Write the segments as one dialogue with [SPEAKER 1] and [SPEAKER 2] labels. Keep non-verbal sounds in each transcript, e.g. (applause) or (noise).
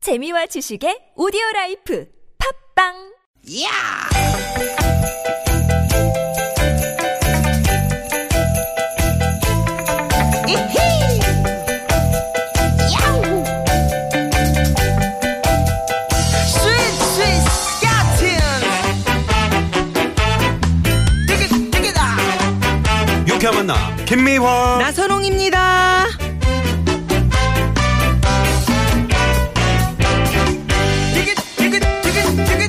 [SPEAKER 1] 재미와 지식의 오디오 라이프 팝빵!
[SPEAKER 2] 야! 이히! 야우! 스윗 스윗 스카틴! 띠깃 띠깃아!
[SPEAKER 3] 유쾌한 만남 김미화
[SPEAKER 2] 나선홍입니다. 띠깃 띠깃 띠깃 띠깃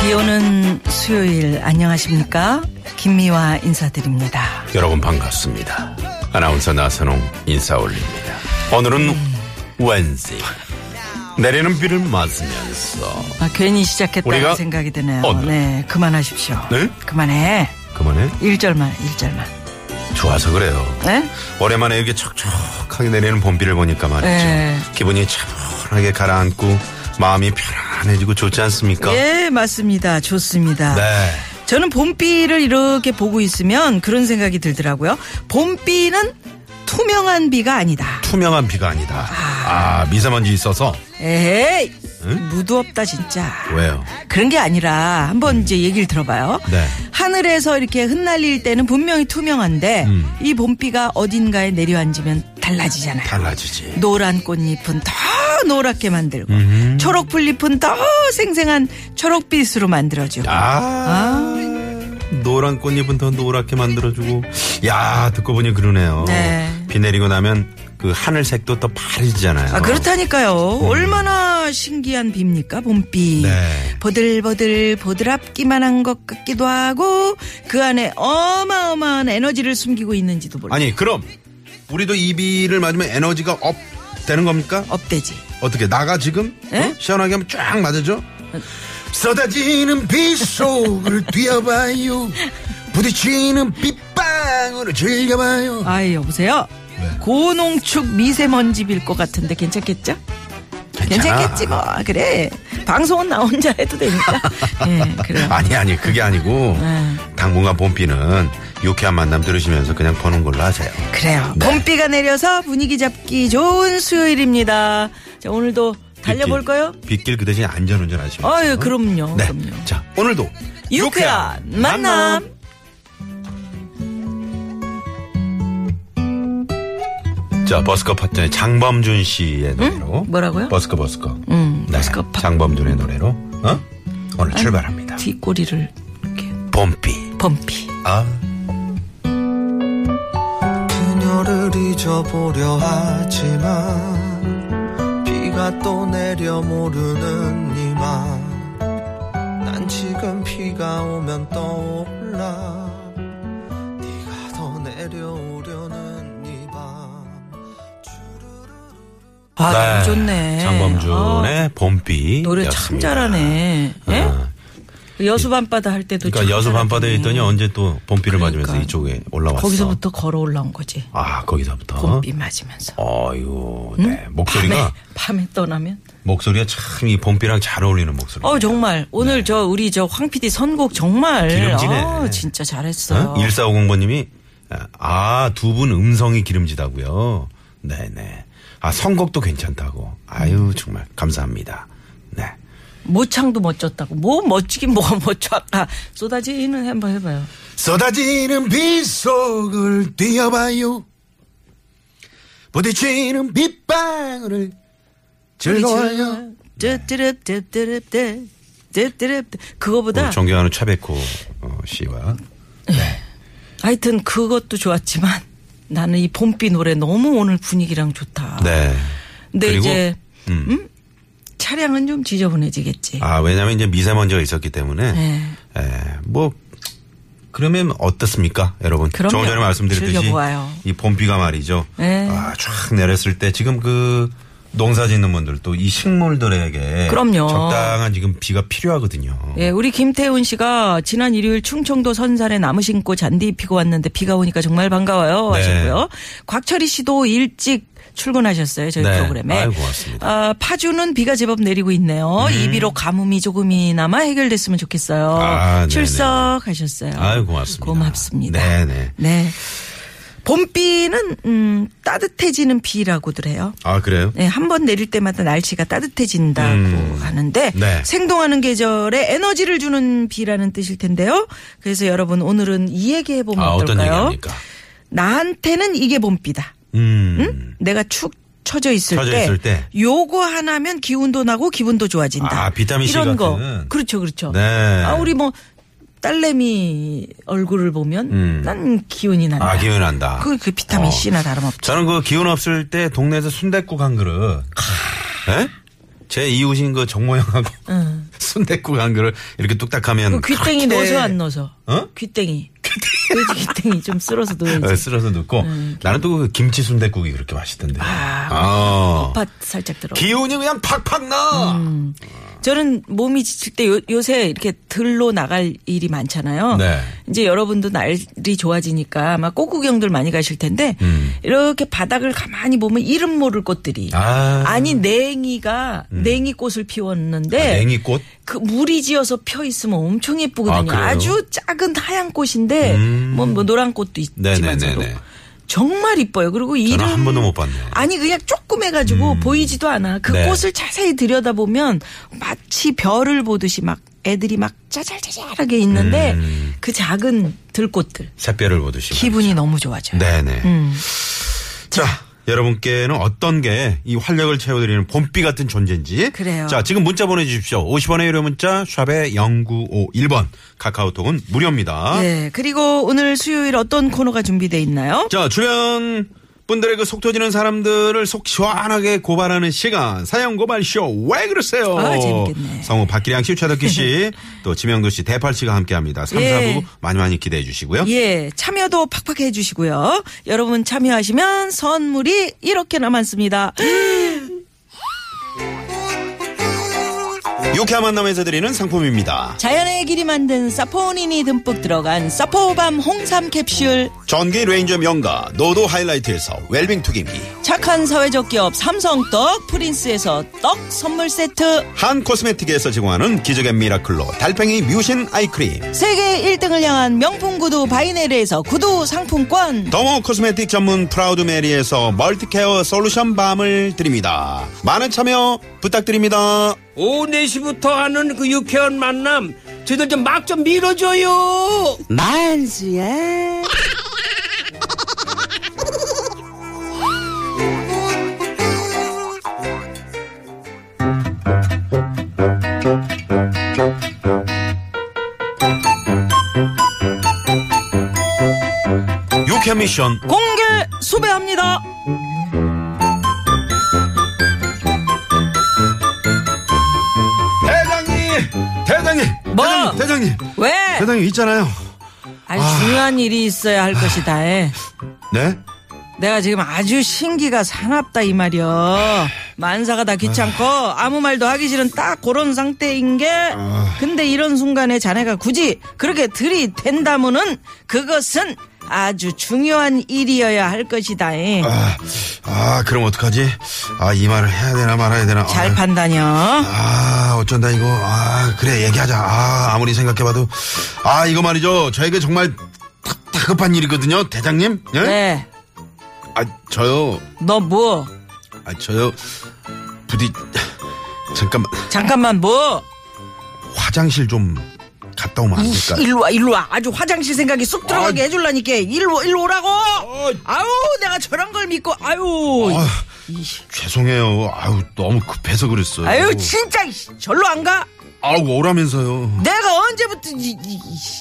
[SPEAKER 4] 비 오는 수요일 안녕하십니까? 김미화 인사드립니다.
[SPEAKER 3] 여러분 반갑습니다 아나운서 나선홍 인사 올립니다 오늘은 wednesday 내리는 비를 맞으면서
[SPEAKER 4] 아, 괜히 시작했다는
[SPEAKER 3] 우리가
[SPEAKER 4] 생각이 드네요.
[SPEAKER 3] 어느-
[SPEAKER 4] 네, 그만하십시오.
[SPEAKER 3] 네?
[SPEAKER 4] 그만해.
[SPEAKER 3] 그만해
[SPEAKER 4] 1절만, 1절만.
[SPEAKER 3] 좋아서 그래요
[SPEAKER 4] 네?
[SPEAKER 3] 오랜만에 이렇게 촉촉하게 내리는 봄비를 보니까 말이죠
[SPEAKER 4] 네.
[SPEAKER 3] 기분이 차분하게 가라앉고 마음이 편안해지고 좋지 않습니까
[SPEAKER 4] 예, 맞습니다. 좋습니다.
[SPEAKER 3] 그러니까. 네
[SPEAKER 4] 저는 봄비를 이렇게 보고 있으면 그런 생각이 들더라고요. 봄비는 투명한 비가 아니다.
[SPEAKER 3] 투명한 비가 아니다 아 미세먼지 있어서
[SPEAKER 4] 에이, 무드럽다, 진짜.
[SPEAKER 3] 왜요
[SPEAKER 4] 그런 게 아니라 한번 이제 얘기를 들어봐요.
[SPEAKER 3] 음. 네.
[SPEAKER 4] 하늘에서 이렇게 흩날릴 때는 분명히 투명한데 이 봄비가 어딘가에 내려앉으면 달라지잖아요.
[SPEAKER 3] 음. 달라지지
[SPEAKER 4] 노란 꽃잎은 더 노랗게 만들고
[SPEAKER 3] 음흠.
[SPEAKER 4] 초록 풀잎은 더 생생한 초록빛으로 만들어주고
[SPEAKER 3] 아, 노란 꽃잎은 더 노랗게 만들어주고 야 듣고 보니 그러네요
[SPEAKER 4] 네.
[SPEAKER 3] 비 내리고 나면 그 하늘색도 더 파래지잖아요
[SPEAKER 4] 아, 그렇다니까요. 얼마나 신기한 비입니까,
[SPEAKER 3] 음.
[SPEAKER 4] 봄비.
[SPEAKER 3] 네.
[SPEAKER 4] 보들보들 보드랍기만 한 것 같기도 하고 그 안에 어마어마한 에너지를 숨기고 있는지도 몰라요.
[SPEAKER 3] 아니 그럼 우리도 이 비를 맞으면 에너지가 업 되는 겁니까?
[SPEAKER 4] 업되지.
[SPEAKER 3] 어떻게 나가 지금?
[SPEAKER 4] 에?
[SPEAKER 3] 어? 시원하게 하면 쫙 맞아죠? 쏟아지는 비 속을 (laughs) 뛰어봐요 부딪히는 빗방울을 즐겨봐요
[SPEAKER 4] 아이 여보세요.
[SPEAKER 3] 네.
[SPEAKER 4] 고농축 미세먼지 빌 것 같은데 괜찮겠죠?
[SPEAKER 3] 괜찮아.
[SPEAKER 4] 괜찮겠지 뭐 그래 방송은 나 혼자 해도
[SPEAKER 3] (laughs)
[SPEAKER 4] 되니까 예 그래요
[SPEAKER 3] 아니 아니 그게 아니고
[SPEAKER 4] 네.
[SPEAKER 3] 당분간 봄비는 유쾌한 만남 들으시면서 그냥 보는 걸로 하세요
[SPEAKER 4] 그래요
[SPEAKER 3] 네.
[SPEAKER 4] 봄비가 내려서 분위기 잡기 좋은 수요일입니다 자 오늘도 달려볼까요?
[SPEAKER 3] 빗길, 빗길 그 대신 안전운전 하시면
[SPEAKER 4] 아유 그럼요
[SPEAKER 3] 네.
[SPEAKER 4] 그럼요
[SPEAKER 3] 자 오늘도
[SPEAKER 4] 유쾌한 만남
[SPEAKER 3] 자 버스커 파트너의 장범준 씨의 노래로
[SPEAKER 4] 음? 뭐라고요?
[SPEAKER 3] 버스커 버스커 네.
[SPEAKER 4] 음, 버스커 파-
[SPEAKER 3] 장범준의 노래로 어? 오늘 출발합니다
[SPEAKER 4] 뒷꼬리를 이렇게
[SPEAKER 3] 봄비
[SPEAKER 4] 범피
[SPEAKER 3] 아
[SPEAKER 5] 그녀를 잊어보려 하지만 비가 또 내려 모르는 이맘난 지금 비가 오면 떠올라 네가 더 내려오려는 이밤
[SPEAKER 4] 아
[SPEAKER 3] 네.
[SPEAKER 4] 너무 좋네 아,
[SPEAKER 3] 장범준의 봄비
[SPEAKER 4] 노래 참 잘하네 예? 여수 밤바다 할 때도
[SPEAKER 3] 그러니까
[SPEAKER 4] 참
[SPEAKER 3] 여수 밤바다에
[SPEAKER 4] 잘하더니
[SPEAKER 3] 있더니 언제 또 봄비를 맞으면서
[SPEAKER 4] 그러니까.
[SPEAKER 3] 이쪽에 올라왔어
[SPEAKER 4] 거기서부터 걸어 올라온 거지
[SPEAKER 3] 아 거기서부터
[SPEAKER 4] 봄비 아, 맞으면서
[SPEAKER 3] 어이구 네 목소리가
[SPEAKER 4] 밤에 밤에 떠나면
[SPEAKER 3] 목소리가 참 이 봄비랑 잘 어울리는 목소리
[SPEAKER 4] 네. 어 정말 오늘 저 우리 저 황 PD 선곡 정말
[SPEAKER 3] 기름지네.
[SPEAKER 4] 아, 진짜 잘했어요.
[SPEAKER 3] 어? 1450번님이 아, 두 분 음성이 기름지다고요. 네네. 아, 선곡도 괜찮다고.
[SPEAKER 4] 음.
[SPEAKER 3] 아유, 정말 감사합니다. 네.
[SPEAKER 4] 모창도 멋졌다고. 뭐 멋지긴 뭐가 멋져. 아까 쏟아지는 한번 해봐요.
[SPEAKER 3] 쏟아지는 비 속을 뛰어봐요. 부딪히는 빗방울을
[SPEAKER 4] 뜨뜨르뜨뜨르뜨 뜨뜨르뜨 그거보다
[SPEAKER 3] 우리 존경하는 차백호 어, 씨와
[SPEAKER 4] 하여튼 그것도 좋았지만 나는 이 봄비 노래 너무 오늘 분위기랑 좋다.
[SPEAKER 3] 네.
[SPEAKER 4] 아. 근데
[SPEAKER 3] 그리고,
[SPEAKER 4] 이제
[SPEAKER 3] 음.
[SPEAKER 4] 음? 차량은 좀 지저분해지겠지.
[SPEAKER 3] 아, 왜냐면 이제 미세먼지가 있었기 때문에.
[SPEAKER 4] 네.
[SPEAKER 3] 에, 뭐, 그러면 어떻습니까, 여러분?
[SPEAKER 4] 그럼요.
[SPEAKER 3] 조금 전에 말씀드렸듯이.
[SPEAKER 4] 즐겨보아요.
[SPEAKER 3] 이 봄비가 말이죠.
[SPEAKER 4] 네.
[SPEAKER 3] 아, 쫙 내렸을 때 지금 그 농사 짓는 분들 또 이 식물들에게.
[SPEAKER 4] 그럼요.
[SPEAKER 3] 적당한 지금 비가 필요하거든요.
[SPEAKER 4] 예, 우리 김태훈 씨가 지난 일요일 충청도 선산에 나무 심고 잔디 피고 왔는데 비가 오니까 정말 반가워요
[SPEAKER 3] 네.
[SPEAKER 4] 하셨고요. 곽철희 씨도 일찍 출근하셨어요 저희
[SPEAKER 3] 네.
[SPEAKER 4] 프로그램에.
[SPEAKER 3] 아유, 고맙습니다. 음.
[SPEAKER 4] 아, 파주는 비가 제법 내리고 있네요. 이비로 가뭄이 조금이나마 해결됐으면 좋겠어요.
[SPEAKER 3] 아, 네네.
[SPEAKER 4] 출석하셨어요.
[SPEAKER 3] 아유, 고맙습니다. 네.
[SPEAKER 4] 고맙습니다.
[SPEAKER 3] 네네.
[SPEAKER 4] 네. 봄비는 음, 따뜻해지는 비라고들 해요.
[SPEAKER 3] 아, 그래요?
[SPEAKER 4] 네, 한 번 내릴 때마다 날씨가 따뜻해진다고 하는데
[SPEAKER 3] 네.
[SPEAKER 4] 생동하는 계절에 에너지를 주는 비라는 뜻일 텐데요. 그래서 여러분 오늘은 이 얘기 해보면
[SPEAKER 3] 아, 어떤
[SPEAKER 4] 네. 어떨까요?
[SPEAKER 3] 얘기합니까?
[SPEAKER 4] 나한테는 이게 봄비다.
[SPEAKER 3] 음.
[SPEAKER 4] 내가 축 처져 있을
[SPEAKER 3] 처져
[SPEAKER 4] 때,
[SPEAKER 3] 있을 때.
[SPEAKER 4] 요거 하나면 기운도 나고 기분도 좋아진다.
[SPEAKER 3] 아, 비타민 C
[SPEAKER 4] 이런 거.
[SPEAKER 3] 같은.
[SPEAKER 4] 그렇죠, 그렇죠.
[SPEAKER 3] 네.
[SPEAKER 4] 아 우리 뭐 딸내미 얼굴을 보면
[SPEAKER 3] 음.
[SPEAKER 4] 난 기운이 난다.
[SPEAKER 3] 아, 기운이 난다.
[SPEAKER 4] 그, 그 비타민
[SPEAKER 3] 어.
[SPEAKER 4] C나 다름없죠.
[SPEAKER 3] 저는 그 기운 없을 때 동네에서 순댓국 한 그릇. 예? 제 이웃인 그 정모형하고 (laughs) 순댓국 한 그릇 이렇게 뚝딱하면
[SPEAKER 4] 그
[SPEAKER 3] 그렇게
[SPEAKER 4] 귀땡이 넣어서 안 넣어서?
[SPEAKER 3] 음, 어?
[SPEAKER 4] 귀땡이. (laughs) 돼지 귀땡이 좀 쓸어서
[SPEAKER 3] 어,
[SPEAKER 4] 넣어야지.
[SPEAKER 3] 쓸어서 넣고 나는 또 그 김치 순댓국이 그렇게 맛있던데.
[SPEAKER 4] 아,
[SPEAKER 3] 어.
[SPEAKER 4] 팥 살짝 들어.
[SPEAKER 3] 기운이 그냥 팍팍 나.
[SPEAKER 4] 음. 저는 몸이 지칠 때 요, 요새 이렇게 들로 나갈 일이 많잖아요.
[SPEAKER 3] 네.
[SPEAKER 4] 이제 여러분도 날이 좋아지니까 아마 꽃구경들 많이 가실 텐데 이렇게 바닥을 가만히 보면 이름 모를 꽃들이
[SPEAKER 3] 음. 아. 음.
[SPEAKER 4] 니 냉이가 냉이 꽃을 피웠는데
[SPEAKER 3] 아, 냉이꽃?
[SPEAKER 4] 그 물이 지어서 펴 있으면 엄청 예쁘거든요.
[SPEAKER 3] 아,
[SPEAKER 4] 아,
[SPEAKER 3] 그래요? 음.
[SPEAKER 4] 주 작은 하얀 꽃인데 뭐, 뭐 노란 꽃도 있지만서도
[SPEAKER 3] 네네네네.
[SPEAKER 4] 정말 이뻐요. 그리고 이름
[SPEAKER 3] 한 번도 못 봤네요. 음.
[SPEAKER 4] 아니 그냥 조금 해가지고 보이지도 않아. 그
[SPEAKER 3] 네.
[SPEAKER 4] 꽃을 자세히 들여다 보면 마치 별을 보듯이 막 애들이 막 짜잘짜잘하게 있는데
[SPEAKER 3] 음.
[SPEAKER 4] 그 작은 들꽃들
[SPEAKER 3] 새별을 보듯이.
[SPEAKER 4] 기분이 너무 좋아져요.
[SPEAKER 3] 그렇죠. 네네.
[SPEAKER 4] 음.
[SPEAKER 3] 자, 여러분께는 어떤 게 이 활력을 채워드리는 봄비 같은 존재인지.
[SPEAKER 4] 그래요.
[SPEAKER 3] 자, 지금 문자 보내주십시오. 50원의 유료 문자, 샵의 0951번. 카카오톡은 무료입니다.
[SPEAKER 4] 예, 그리고 오늘 수요일 어떤 코너가 준비돼 있나요?
[SPEAKER 3] 자, 주연 분들의 그 속 터지는 사람들을 속 시원하게 고발하는 시간. 사연 고발쇼. 왜 그러세요?
[SPEAKER 4] 아, 재밌겠네.
[SPEAKER 3] 성우 박기량 씨, 최덕기
[SPEAKER 4] (laughs)
[SPEAKER 3] 씨, 또 지명도 씨, 대팔 씨가 함께 합니다. 3,
[SPEAKER 4] 예.
[SPEAKER 3] 4부 많이 많이 기대해 주시고요.
[SPEAKER 4] 예, 참여도 팍팍 해주시고요. 여러분 참여하시면 선물이 이렇게나 많습니다.
[SPEAKER 3] 유쾌한 만남에서 드리는 상품입니다.
[SPEAKER 4] 자연의 길이 만든 사포닌이 듬뿍 들어간 사포밤 홍삼 캡슐.
[SPEAKER 3] 전기 레인저 명가 노도 하이라이트에서 웰빙 투기미
[SPEAKER 4] 착한 사회적 기업 삼성떡 프린스에서 떡 선물 세트
[SPEAKER 3] 한 코스메틱에서 제공하는 기적의 미라클로 달팽이 뮤신 아이크림
[SPEAKER 4] 세계 1등을 향한 명품 구두 바이네르에서 구두 상품권
[SPEAKER 3] 더모 코스메틱 전문 프라우드 메리에서 멀티케어 솔루션 밤을 드립니다 많은 참여 부탁드립니다
[SPEAKER 6] 오후 4시부터 하는 그 유쾌한 만남 저희들 좀 막 좀 밀어줘요
[SPEAKER 3] 유쾌 미션
[SPEAKER 4] 공개 수배합니다
[SPEAKER 3] 대장님 대장님
[SPEAKER 4] 뭐?
[SPEAKER 3] 대장님, 대장님
[SPEAKER 4] 왜?
[SPEAKER 3] 대장님 있잖아요
[SPEAKER 4] 아니 중요한 일이 있어야 할 것이다 예. 에.
[SPEAKER 3] 네
[SPEAKER 4] 내가 지금 아주 신기가 사납다 이 말이여 만사가 다 귀찮고 아무 말도 하기 싫은 딱 그런 상태인 게 근데 이런 순간에 자네가 굳이 그렇게 들이댄다면은 그것은 아주 중요한 일이어야 할 것이다 에.
[SPEAKER 3] 아, 아 그럼 어떡하지 아 이 말을 해야 되나 말아야 되나
[SPEAKER 4] 잘
[SPEAKER 3] 아,
[SPEAKER 4] 판단이여
[SPEAKER 3] 아 어쩐다 이거 아 그래 얘기하자 아 아무리 생각해봐도 아 이거 말이죠 저에게 정말 탁- 다급한 일이거든요 대장님 예?
[SPEAKER 4] 네.
[SPEAKER 3] 아 저요
[SPEAKER 4] 너 뭐?
[SPEAKER 3] 아 저요 부디 잠깐만
[SPEAKER 4] 잠깐만 뭐?
[SPEAKER 3] 화장실 좀 갔다 오면 안
[SPEAKER 4] 이씨,
[SPEAKER 3] 될까
[SPEAKER 4] 일로 와 일로 와 아주 화장실 생각이 쑥 들어가게 해줄라니까 일로 일로 오라고 아. 아유 내가 저런 걸 믿고 아유
[SPEAKER 3] 아, 죄송해요 아유 너무 급해서 그랬어요
[SPEAKER 4] 아유 진짜 이씨, 절로 안 가?
[SPEAKER 3] 아우 오라면서요
[SPEAKER 4] 내가 언제부터 이, 이, 이씨.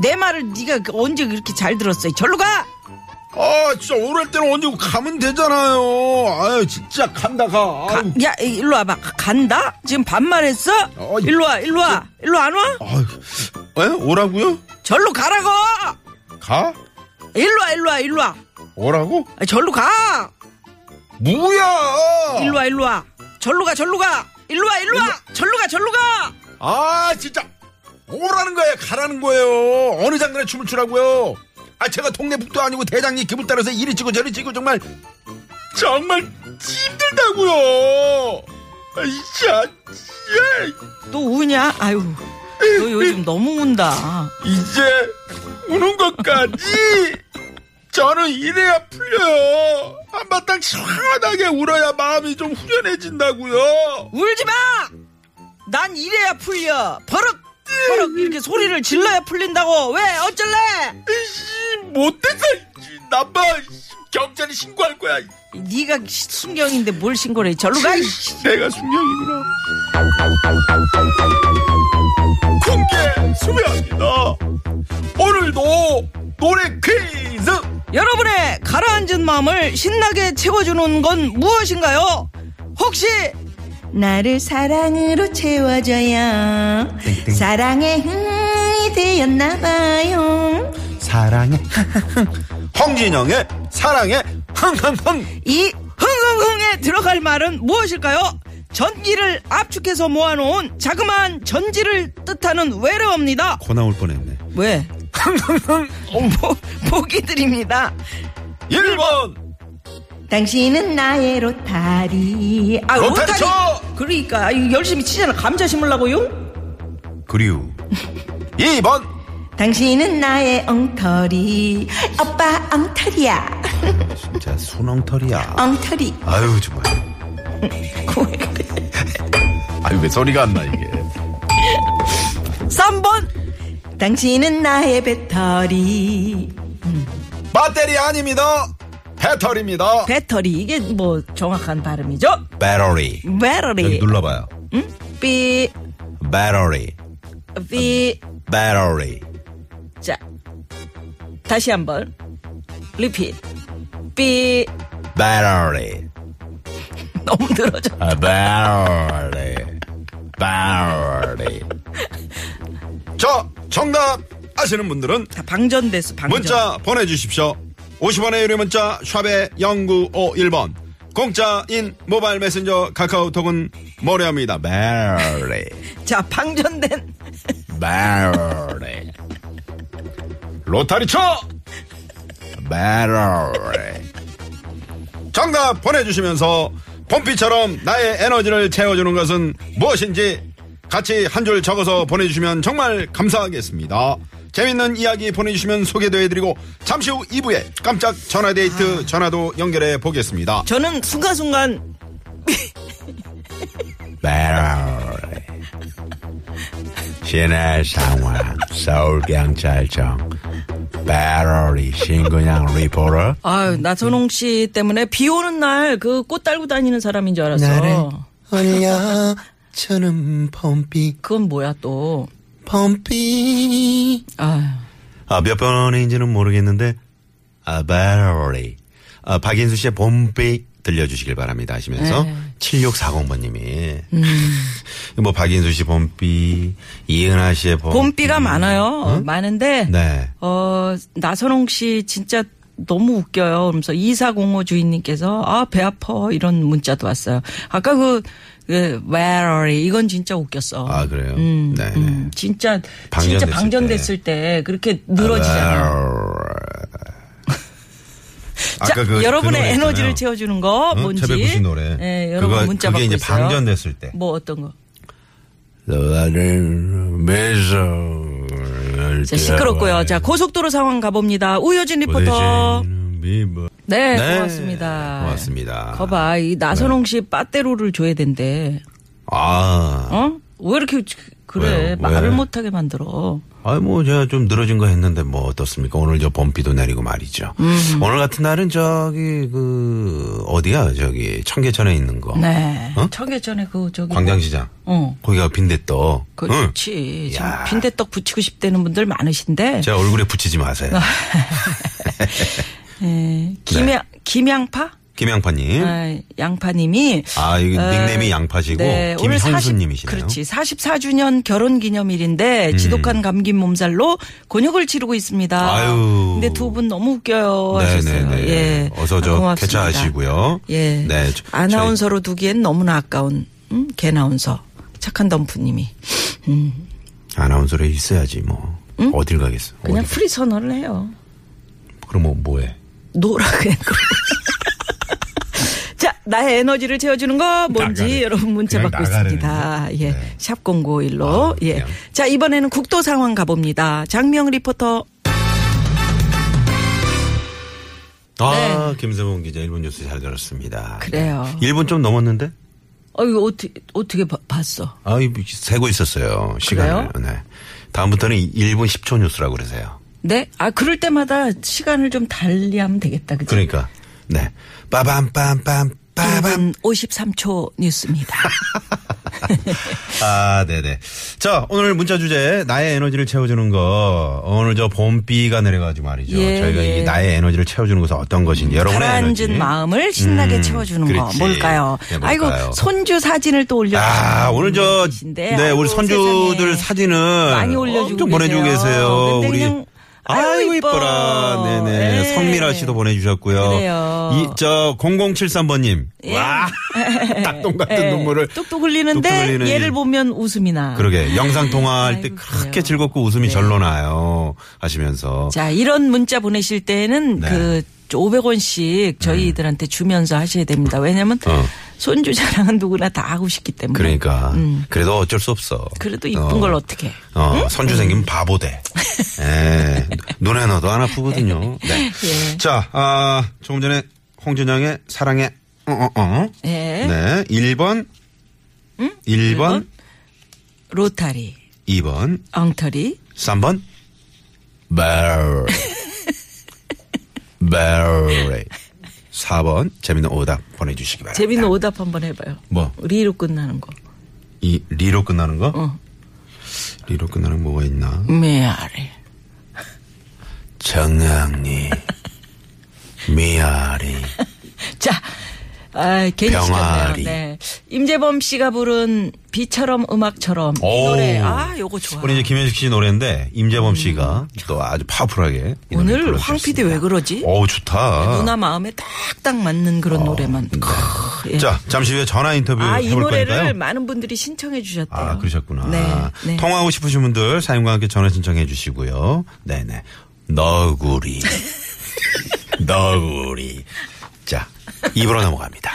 [SPEAKER 4] 내 말을 네가 그 언제 그렇게 잘 들었어 절로 가
[SPEAKER 3] 아 진짜 오랄 때는 언제 가면 되잖아요 아유 진짜 간다 가
[SPEAKER 4] 가,
[SPEAKER 3] 아유,
[SPEAKER 4] 야 이, 일로 와봐 가- 간다? 지금 반말했어?
[SPEAKER 3] 어이.
[SPEAKER 4] 일로 와 일로 와 일로 안 와?
[SPEAKER 3] 아유 에? 오라고요
[SPEAKER 4] 절로 가라고
[SPEAKER 3] 가
[SPEAKER 4] 일로 와 일로 와 일로 와
[SPEAKER 3] 오라고
[SPEAKER 4] 아, 절로 가
[SPEAKER 3] 뭐야?
[SPEAKER 4] 일로 와 일로 와 절로 가 절로 가 일로 와 일로 와 절로 가 절로 가
[SPEAKER 3] 아 진짜 오라는 거예요 가라는 거예요 어느 장단에 춤을 추라고요 아 제가 동네 북도 아니고 대장님 기분 따라서 이리 치고 저리 치고 정말 정말 힘들다고요 아이짜 예.
[SPEAKER 4] 또 우냐 아유
[SPEAKER 3] (laughs)
[SPEAKER 4] 너 요즘 너무 운다
[SPEAKER 3] 이제 우는 것까지
[SPEAKER 7] 저는 이래야 풀려요. 한바탕 시원하게 울어야 마음이 좀 후련해진다고요.
[SPEAKER 4] 울지 마! 난 이래야 풀려. 버럭! 버럭! 이렇게 소리를 질러야 풀린다고. 왜? 어쩔래?
[SPEAKER 7] 이씨 못됐다. 이씨. 나빠. 이씨. 경찰에 신고할 거야. 이씨.
[SPEAKER 4] 네가 순경인데 뭘 신고를 해. 절로 가. 이씨.
[SPEAKER 7] 내가 숙명이구나. 공개 수배합니다. 오늘도 노래 퀴즈.
[SPEAKER 4] 여러분의 가라앉은 마음을 신나게 채워주는 건 무엇인가요? 혹시 나를 사랑으로 채워줘요. 사랑의 흥이 되었나봐요.
[SPEAKER 3] 사랑해. 홍진영의 사랑해. 흥흥흥.
[SPEAKER 4] 이 흥흥흥에 들어갈 말은 무엇일까요? 전기를 압축해서 모아놓은 자그마한 전지를 뜻하는 외래어입니다.
[SPEAKER 3] 코 나올 뻔했네.
[SPEAKER 4] 왜? 보, 보기 드립니다.
[SPEAKER 7] 1번
[SPEAKER 4] 당신은 나의 로타리. 아,
[SPEAKER 7] 로타리 쳐!
[SPEAKER 4] 그러니까, 아, 이거 열심히 치잖아. 감자 심으려고요?
[SPEAKER 3] 그리우.
[SPEAKER 7] 2번
[SPEAKER 4] 당신은 나의 엉터리. 오빠, 엉터리야.
[SPEAKER 3] 진짜 순엉터리야.
[SPEAKER 4] 엉터리.
[SPEAKER 3] 아유 정말.
[SPEAKER 7] 아유 왜 소리가 안 나 이게
[SPEAKER 4] 3번. 당신은 나의 배터리.
[SPEAKER 7] 배터리 아닙니다 배터리입니다
[SPEAKER 4] 배터리. 이게 뭐, 정확한 발음이죠?
[SPEAKER 3] 배터리. 여기
[SPEAKER 7] 네.
[SPEAKER 4] 배터리.
[SPEAKER 3] 눌러봐요.
[SPEAKER 4] 삐,
[SPEAKER 3] 배터리.
[SPEAKER 4] 삐.
[SPEAKER 3] 배터리.
[SPEAKER 4] 자. 다시 한 번. 리핏. 삐. (laughs)
[SPEAKER 3] 배터리.
[SPEAKER 4] 너무 늘어져.
[SPEAKER 3] 아, 배터리. 배터리.
[SPEAKER 7] 저 정답 아시는 분들은
[SPEAKER 4] 다 방전됐어, 방전.
[SPEAKER 7] 문자 보내주십시오 50원의 유료 문자 샵에 0951번 공짜인 모바일 메신저 카카오톡은 무료입니다 배터리
[SPEAKER 4] 자, 방전된
[SPEAKER 7] 배터리 로타리 쳐 배터리 정답 보내주시면서 봄비처럼 나의 에너지를 채워주는 것은 무엇인지 같이 한 줄 적어서 보내주시면 정말 감사하겠습니다. 재밌는 이야기 보내주시면 소개도 해드리고 잠시 후 2부에 깜짝 전화데이트 전화도 연결해 보겠습니다.
[SPEAKER 4] 저는 순간순간
[SPEAKER 3] 배터리. 시내 상황 서울 경찰청 배터리 신근양 리포터.
[SPEAKER 4] 아유 나선홍 씨 때문에 비 오는 날 그 꽃 달고 다니는 사람인 줄 알았어.
[SPEAKER 5] 나를
[SPEAKER 3] 음,
[SPEAKER 5] 올려주는 펌비
[SPEAKER 4] 그건 뭐야 또.
[SPEAKER 5] 펌비
[SPEAKER 4] 아유.
[SPEAKER 3] 아, 몇 번인지는 모르겠는데, 아, 배터리. 아, 박인수 씨의 봄비 들려주시길 바랍니다 하시면서
[SPEAKER 4] 네.
[SPEAKER 3] 7640번님이
[SPEAKER 4] 음.
[SPEAKER 3] (laughs) 뭐 박인수 씨 봄비, 이은하 씨의 봄비.
[SPEAKER 4] 봄비가 많아요. 많은데
[SPEAKER 3] 어, 음. 네.
[SPEAKER 4] 어 나선홍 씨 진짜 너무 웃겨요. 그러면서 2405 주인님께서 아 배 아파 이런 문자도 왔어요. 아까 그, 그 where 이건 진짜 웃겼어.
[SPEAKER 3] 아, 그래요? 네, 네.
[SPEAKER 4] 음, 진짜
[SPEAKER 3] 방전됐을
[SPEAKER 4] 진짜 방전됐을 때, 그렇게 늘어지잖아요. 자,
[SPEAKER 3] 아까 그-
[SPEAKER 4] 여러분의
[SPEAKER 3] 그 노래
[SPEAKER 4] 에너지를
[SPEAKER 3] 있잖아요.
[SPEAKER 4] 채워주는 거
[SPEAKER 3] 응?
[SPEAKER 4] 뭔지.
[SPEAKER 3] 새벽 무슨 노래?
[SPEAKER 4] 예, 여러분
[SPEAKER 3] 그거-
[SPEAKER 4] 문자
[SPEAKER 3] 그게
[SPEAKER 4] 받고
[SPEAKER 3] 이제
[SPEAKER 4] 있어요.
[SPEAKER 3] 방전됐을 때.
[SPEAKER 4] 뭐 어떤 거?
[SPEAKER 3] 너를 매서 네.
[SPEAKER 4] 자, 시끄럽고요. 자, 고속도로 상황 가봅니다. 우효진 리포터. 네,
[SPEAKER 3] 네,
[SPEAKER 4] 고맙습니다.
[SPEAKER 3] 고맙습니다. 네.
[SPEAKER 4] 거봐, 이 나선홍 씨 빠떼로를 줘야 된대.
[SPEAKER 3] 아,
[SPEAKER 4] 어? 왜 이렇게 그- 그래?
[SPEAKER 3] 왜요? 왜?
[SPEAKER 4] 말을 못하게 만들어.
[SPEAKER 3] 아이 뭐 제가 좀 늘어진 거 했는데 뭐 어떻습니까? 오늘 저 봄비도 내리고 말이죠.
[SPEAKER 4] 음.
[SPEAKER 3] 오늘 같은 날은 저기 그 어디야 저기 청계천에 있는 거
[SPEAKER 4] 네.
[SPEAKER 3] 어?
[SPEAKER 4] 청계천에 그 저기.
[SPEAKER 3] 광장시장.
[SPEAKER 4] 어.
[SPEAKER 3] 거기가 빈대 떡. 응.
[SPEAKER 4] 그렇지. 지금
[SPEAKER 3] 야.
[SPEAKER 4] 빈대떡 붙이고 싶다는 분들 많으신데.
[SPEAKER 3] 제 얼굴에 붙이지 마세요.
[SPEAKER 4] 아. 예, 김양
[SPEAKER 3] 네.
[SPEAKER 4] 김양파?
[SPEAKER 3] 김양파님.
[SPEAKER 4] 아, 양파님이
[SPEAKER 3] 아, 이거 닉네임이 양파시고
[SPEAKER 4] 오늘 40
[SPEAKER 3] 김형수님이시네요.
[SPEAKER 4] 그렇지 44주년 결혼 기념일인데 지독한 감기 몸살로 곤욕을 치르고 있습니다.
[SPEAKER 3] 음. 아유.
[SPEAKER 4] 근데 두 분 너무 웃겨요. 하셨어요.
[SPEAKER 3] 네네네.
[SPEAKER 4] 예.
[SPEAKER 3] 어서
[SPEAKER 4] 아,
[SPEAKER 3] 저
[SPEAKER 4] 고맙습니다.
[SPEAKER 3] 쾌차하시고요.
[SPEAKER 4] 예.
[SPEAKER 3] 네. 저-
[SPEAKER 4] 아나운서로 두기엔 너무나 아까운 음? 개나운서 착한 덤프님이 음,
[SPEAKER 3] 저희 아나운서로 있어야지 뭐. 어딜 가겠어.
[SPEAKER 4] 그냥
[SPEAKER 3] 어디-
[SPEAKER 4] 프리 선언을 해요.
[SPEAKER 3] 그럼 뭐, 뭐해?
[SPEAKER 4] 노라 그냥 그러 (laughs) 자, 나의 에너지를 채워주는 거 뭔지
[SPEAKER 3] 나가래.
[SPEAKER 4] 여러분 문자
[SPEAKER 3] 그냥
[SPEAKER 4] 받고
[SPEAKER 3] 나가래네.
[SPEAKER 4] 있습니다. 예.
[SPEAKER 3] 네.
[SPEAKER 4] 샵 0951로.
[SPEAKER 3] 아,
[SPEAKER 4] 예.
[SPEAKER 3] 그냥.
[SPEAKER 4] 자, 이번에는 국도 상황 가봅니다. 장명 리포터.
[SPEAKER 3] 아, 김세봉 기자 일본 뉴스 잘 들었습니다.
[SPEAKER 4] 네. 그래요.
[SPEAKER 3] 네. 1분 좀 넘었는데?
[SPEAKER 4] 어, 이거 어떻게, 어떻게 봐- 봤어?
[SPEAKER 3] 아, 이거 세고 있었어요. 시간을. 네. 다음부터는 1분 10초 뉴스라고 그러세요.
[SPEAKER 4] 네? 아, 그럴 때마다 시간을 좀 달리 하면 되겠다. 그죠?
[SPEAKER 3] 그러니까. 네. 빠밤빰빰 빠밤
[SPEAKER 4] 1분 53초
[SPEAKER 3] (laughs)
[SPEAKER 4] 뉴스입니다.
[SPEAKER 3] 아, 네네. 자, 오늘 문자 주제, 나의 에너지를 채워주는 거. 오늘 저 봄비가 내려가지고 말이죠.
[SPEAKER 4] 예,
[SPEAKER 3] 저희가
[SPEAKER 4] 예.
[SPEAKER 3] 이 나의 에너지를 채워주는 것은 어떤 것인지, 여러분의 에너지.
[SPEAKER 4] 가라앉은 마음을 신나게 채워주는 거
[SPEAKER 3] 그렇지.
[SPEAKER 4] 뭘까요?
[SPEAKER 3] 네, 뭘까요?
[SPEAKER 4] 아이고 손주 사진을 또 올려.
[SPEAKER 3] 아, 오늘 저, 네, 우리 선주들 사진을
[SPEAKER 4] 많이 올려주고
[SPEAKER 3] 엄청 보내주고 계세요.
[SPEAKER 4] 근데
[SPEAKER 3] 우리.
[SPEAKER 4] 그냥
[SPEAKER 3] 아이고,
[SPEAKER 4] 아이고, 이뻐.
[SPEAKER 3] 이뻐라. 네네.
[SPEAKER 4] 네.
[SPEAKER 3] 성미라 씨도 보내주셨고요.
[SPEAKER 4] 그래요.
[SPEAKER 3] 이, 저, 0073번님. 와. (laughs) 닭똥 같은
[SPEAKER 4] 예,
[SPEAKER 3] 눈물을.
[SPEAKER 4] 뚝뚝 흘리는데
[SPEAKER 3] 뚝뚝 흘리는
[SPEAKER 4] 얘를
[SPEAKER 3] 이- 그렇죠.
[SPEAKER 4] 보면 웃음이
[SPEAKER 3] 아,
[SPEAKER 4] 나.
[SPEAKER 3] 그러게 영상 통화할 때
[SPEAKER 4] 네. 아이고,
[SPEAKER 3] 그렇게
[SPEAKER 4] 그래요. 네.
[SPEAKER 3] 즐겁고 웃음이 절로 나요 하시면서
[SPEAKER 4] 자 네. 이런 문자 보내실 때는
[SPEAKER 3] 네. 음.
[SPEAKER 4] 그 500원씩 저희들한테 주면서 하셔야 됩니다. 왜냐면
[SPEAKER 3] 어.
[SPEAKER 4] 손주 자랑은 누구나 다 하고 싶기 때문에.
[SPEAKER 3] 그러니까 그래도 어쩔 수 없어.
[SPEAKER 4] 음. 그래도 이쁜 걸 음. 어떻게?
[SPEAKER 3] 어, 선주 생기면 바보
[SPEAKER 4] (laughs)
[SPEAKER 3] 돼. 예. 눈에 넣어도 안 아프거든요. 네.
[SPEAKER 4] 예.
[SPEAKER 3] 자, 아, 조금 전에 홍준영의 사랑해. 어, 어, 어.
[SPEAKER 4] 예.
[SPEAKER 3] 네. 1번. 1번,
[SPEAKER 4] 로타리,
[SPEAKER 3] 2번,
[SPEAKER 4] 엉터리,
[SPEAKER 3] 3번.
[SPEAKER 4] (laughs)
[SPEAKER 3] 벨. 벨. 4번. 재밌는 오답 보내주시기 바랍니다.
[SPEAKER 4] 재밌는 오답 한번 해봐요.
[SPEAKER 3] 뭐?
[SPEAKER 4] 리로 끝나는 거.
[SPEAKER 3] 이 리로 끝나는 거?
[SPEAKER 4] 어.
[SPEAKER 3] 리로 끝나는 거 뭐가 있나?
[SPEAKER 4] 메아리. (laughs)
[SPEAKER 3] 정양리, 미아리,
[SPEAKER 4] 자, 아, 괜히
[SPEAKER 3] 병아리.
[SPEAKER 4] 시켰네요. 네. 임재범 씨가 부른 비처럼 음악처럼 이
[SPEAKER 3] 오.
[SPEAKER 4] 노래. 아, 요거 좋아.
[SPEAKER 3] 우리 이제 김현식 씨 노래인데 임재범 씨가 또 아주 파워풀하게 이 노래를
[SPEAKER 4] 오늘 황
[SPEAKER 3] 불러주셨습니다.
[SPEAKER 4] PD 왜 그러지?
[SPEAKER 3] 어우 좋다.
[SPEAKER 4] 누나 마음에 딱딱 맞는 그런 노래만. 크, 예.
[SPEAKER 3] 자 잠시 후에 전화 인터뷰
[SPEAKER 4] 아, 이
[SPEAKER 3] 해볼
[SPEAKER 4] 노래를
[SPEAKER 3] 거니까요.
[SPEAKER 4] 많은 분들이 신청해 주셨대요.
[SPEAKER 3] 아 그러셨구나.
[SPEAKER 4] 네. 네.
[SPEAKER 3] 통화하고 싶으신 분들 사연과 함께 전화 신청해 주시고요. 네네.
[SPEAKER 4] (laughs)
[SPEAKER 3] 너구리, 너구리. 자 입으로 넘어갑니다.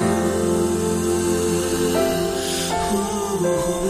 [SPEAKER 5] 아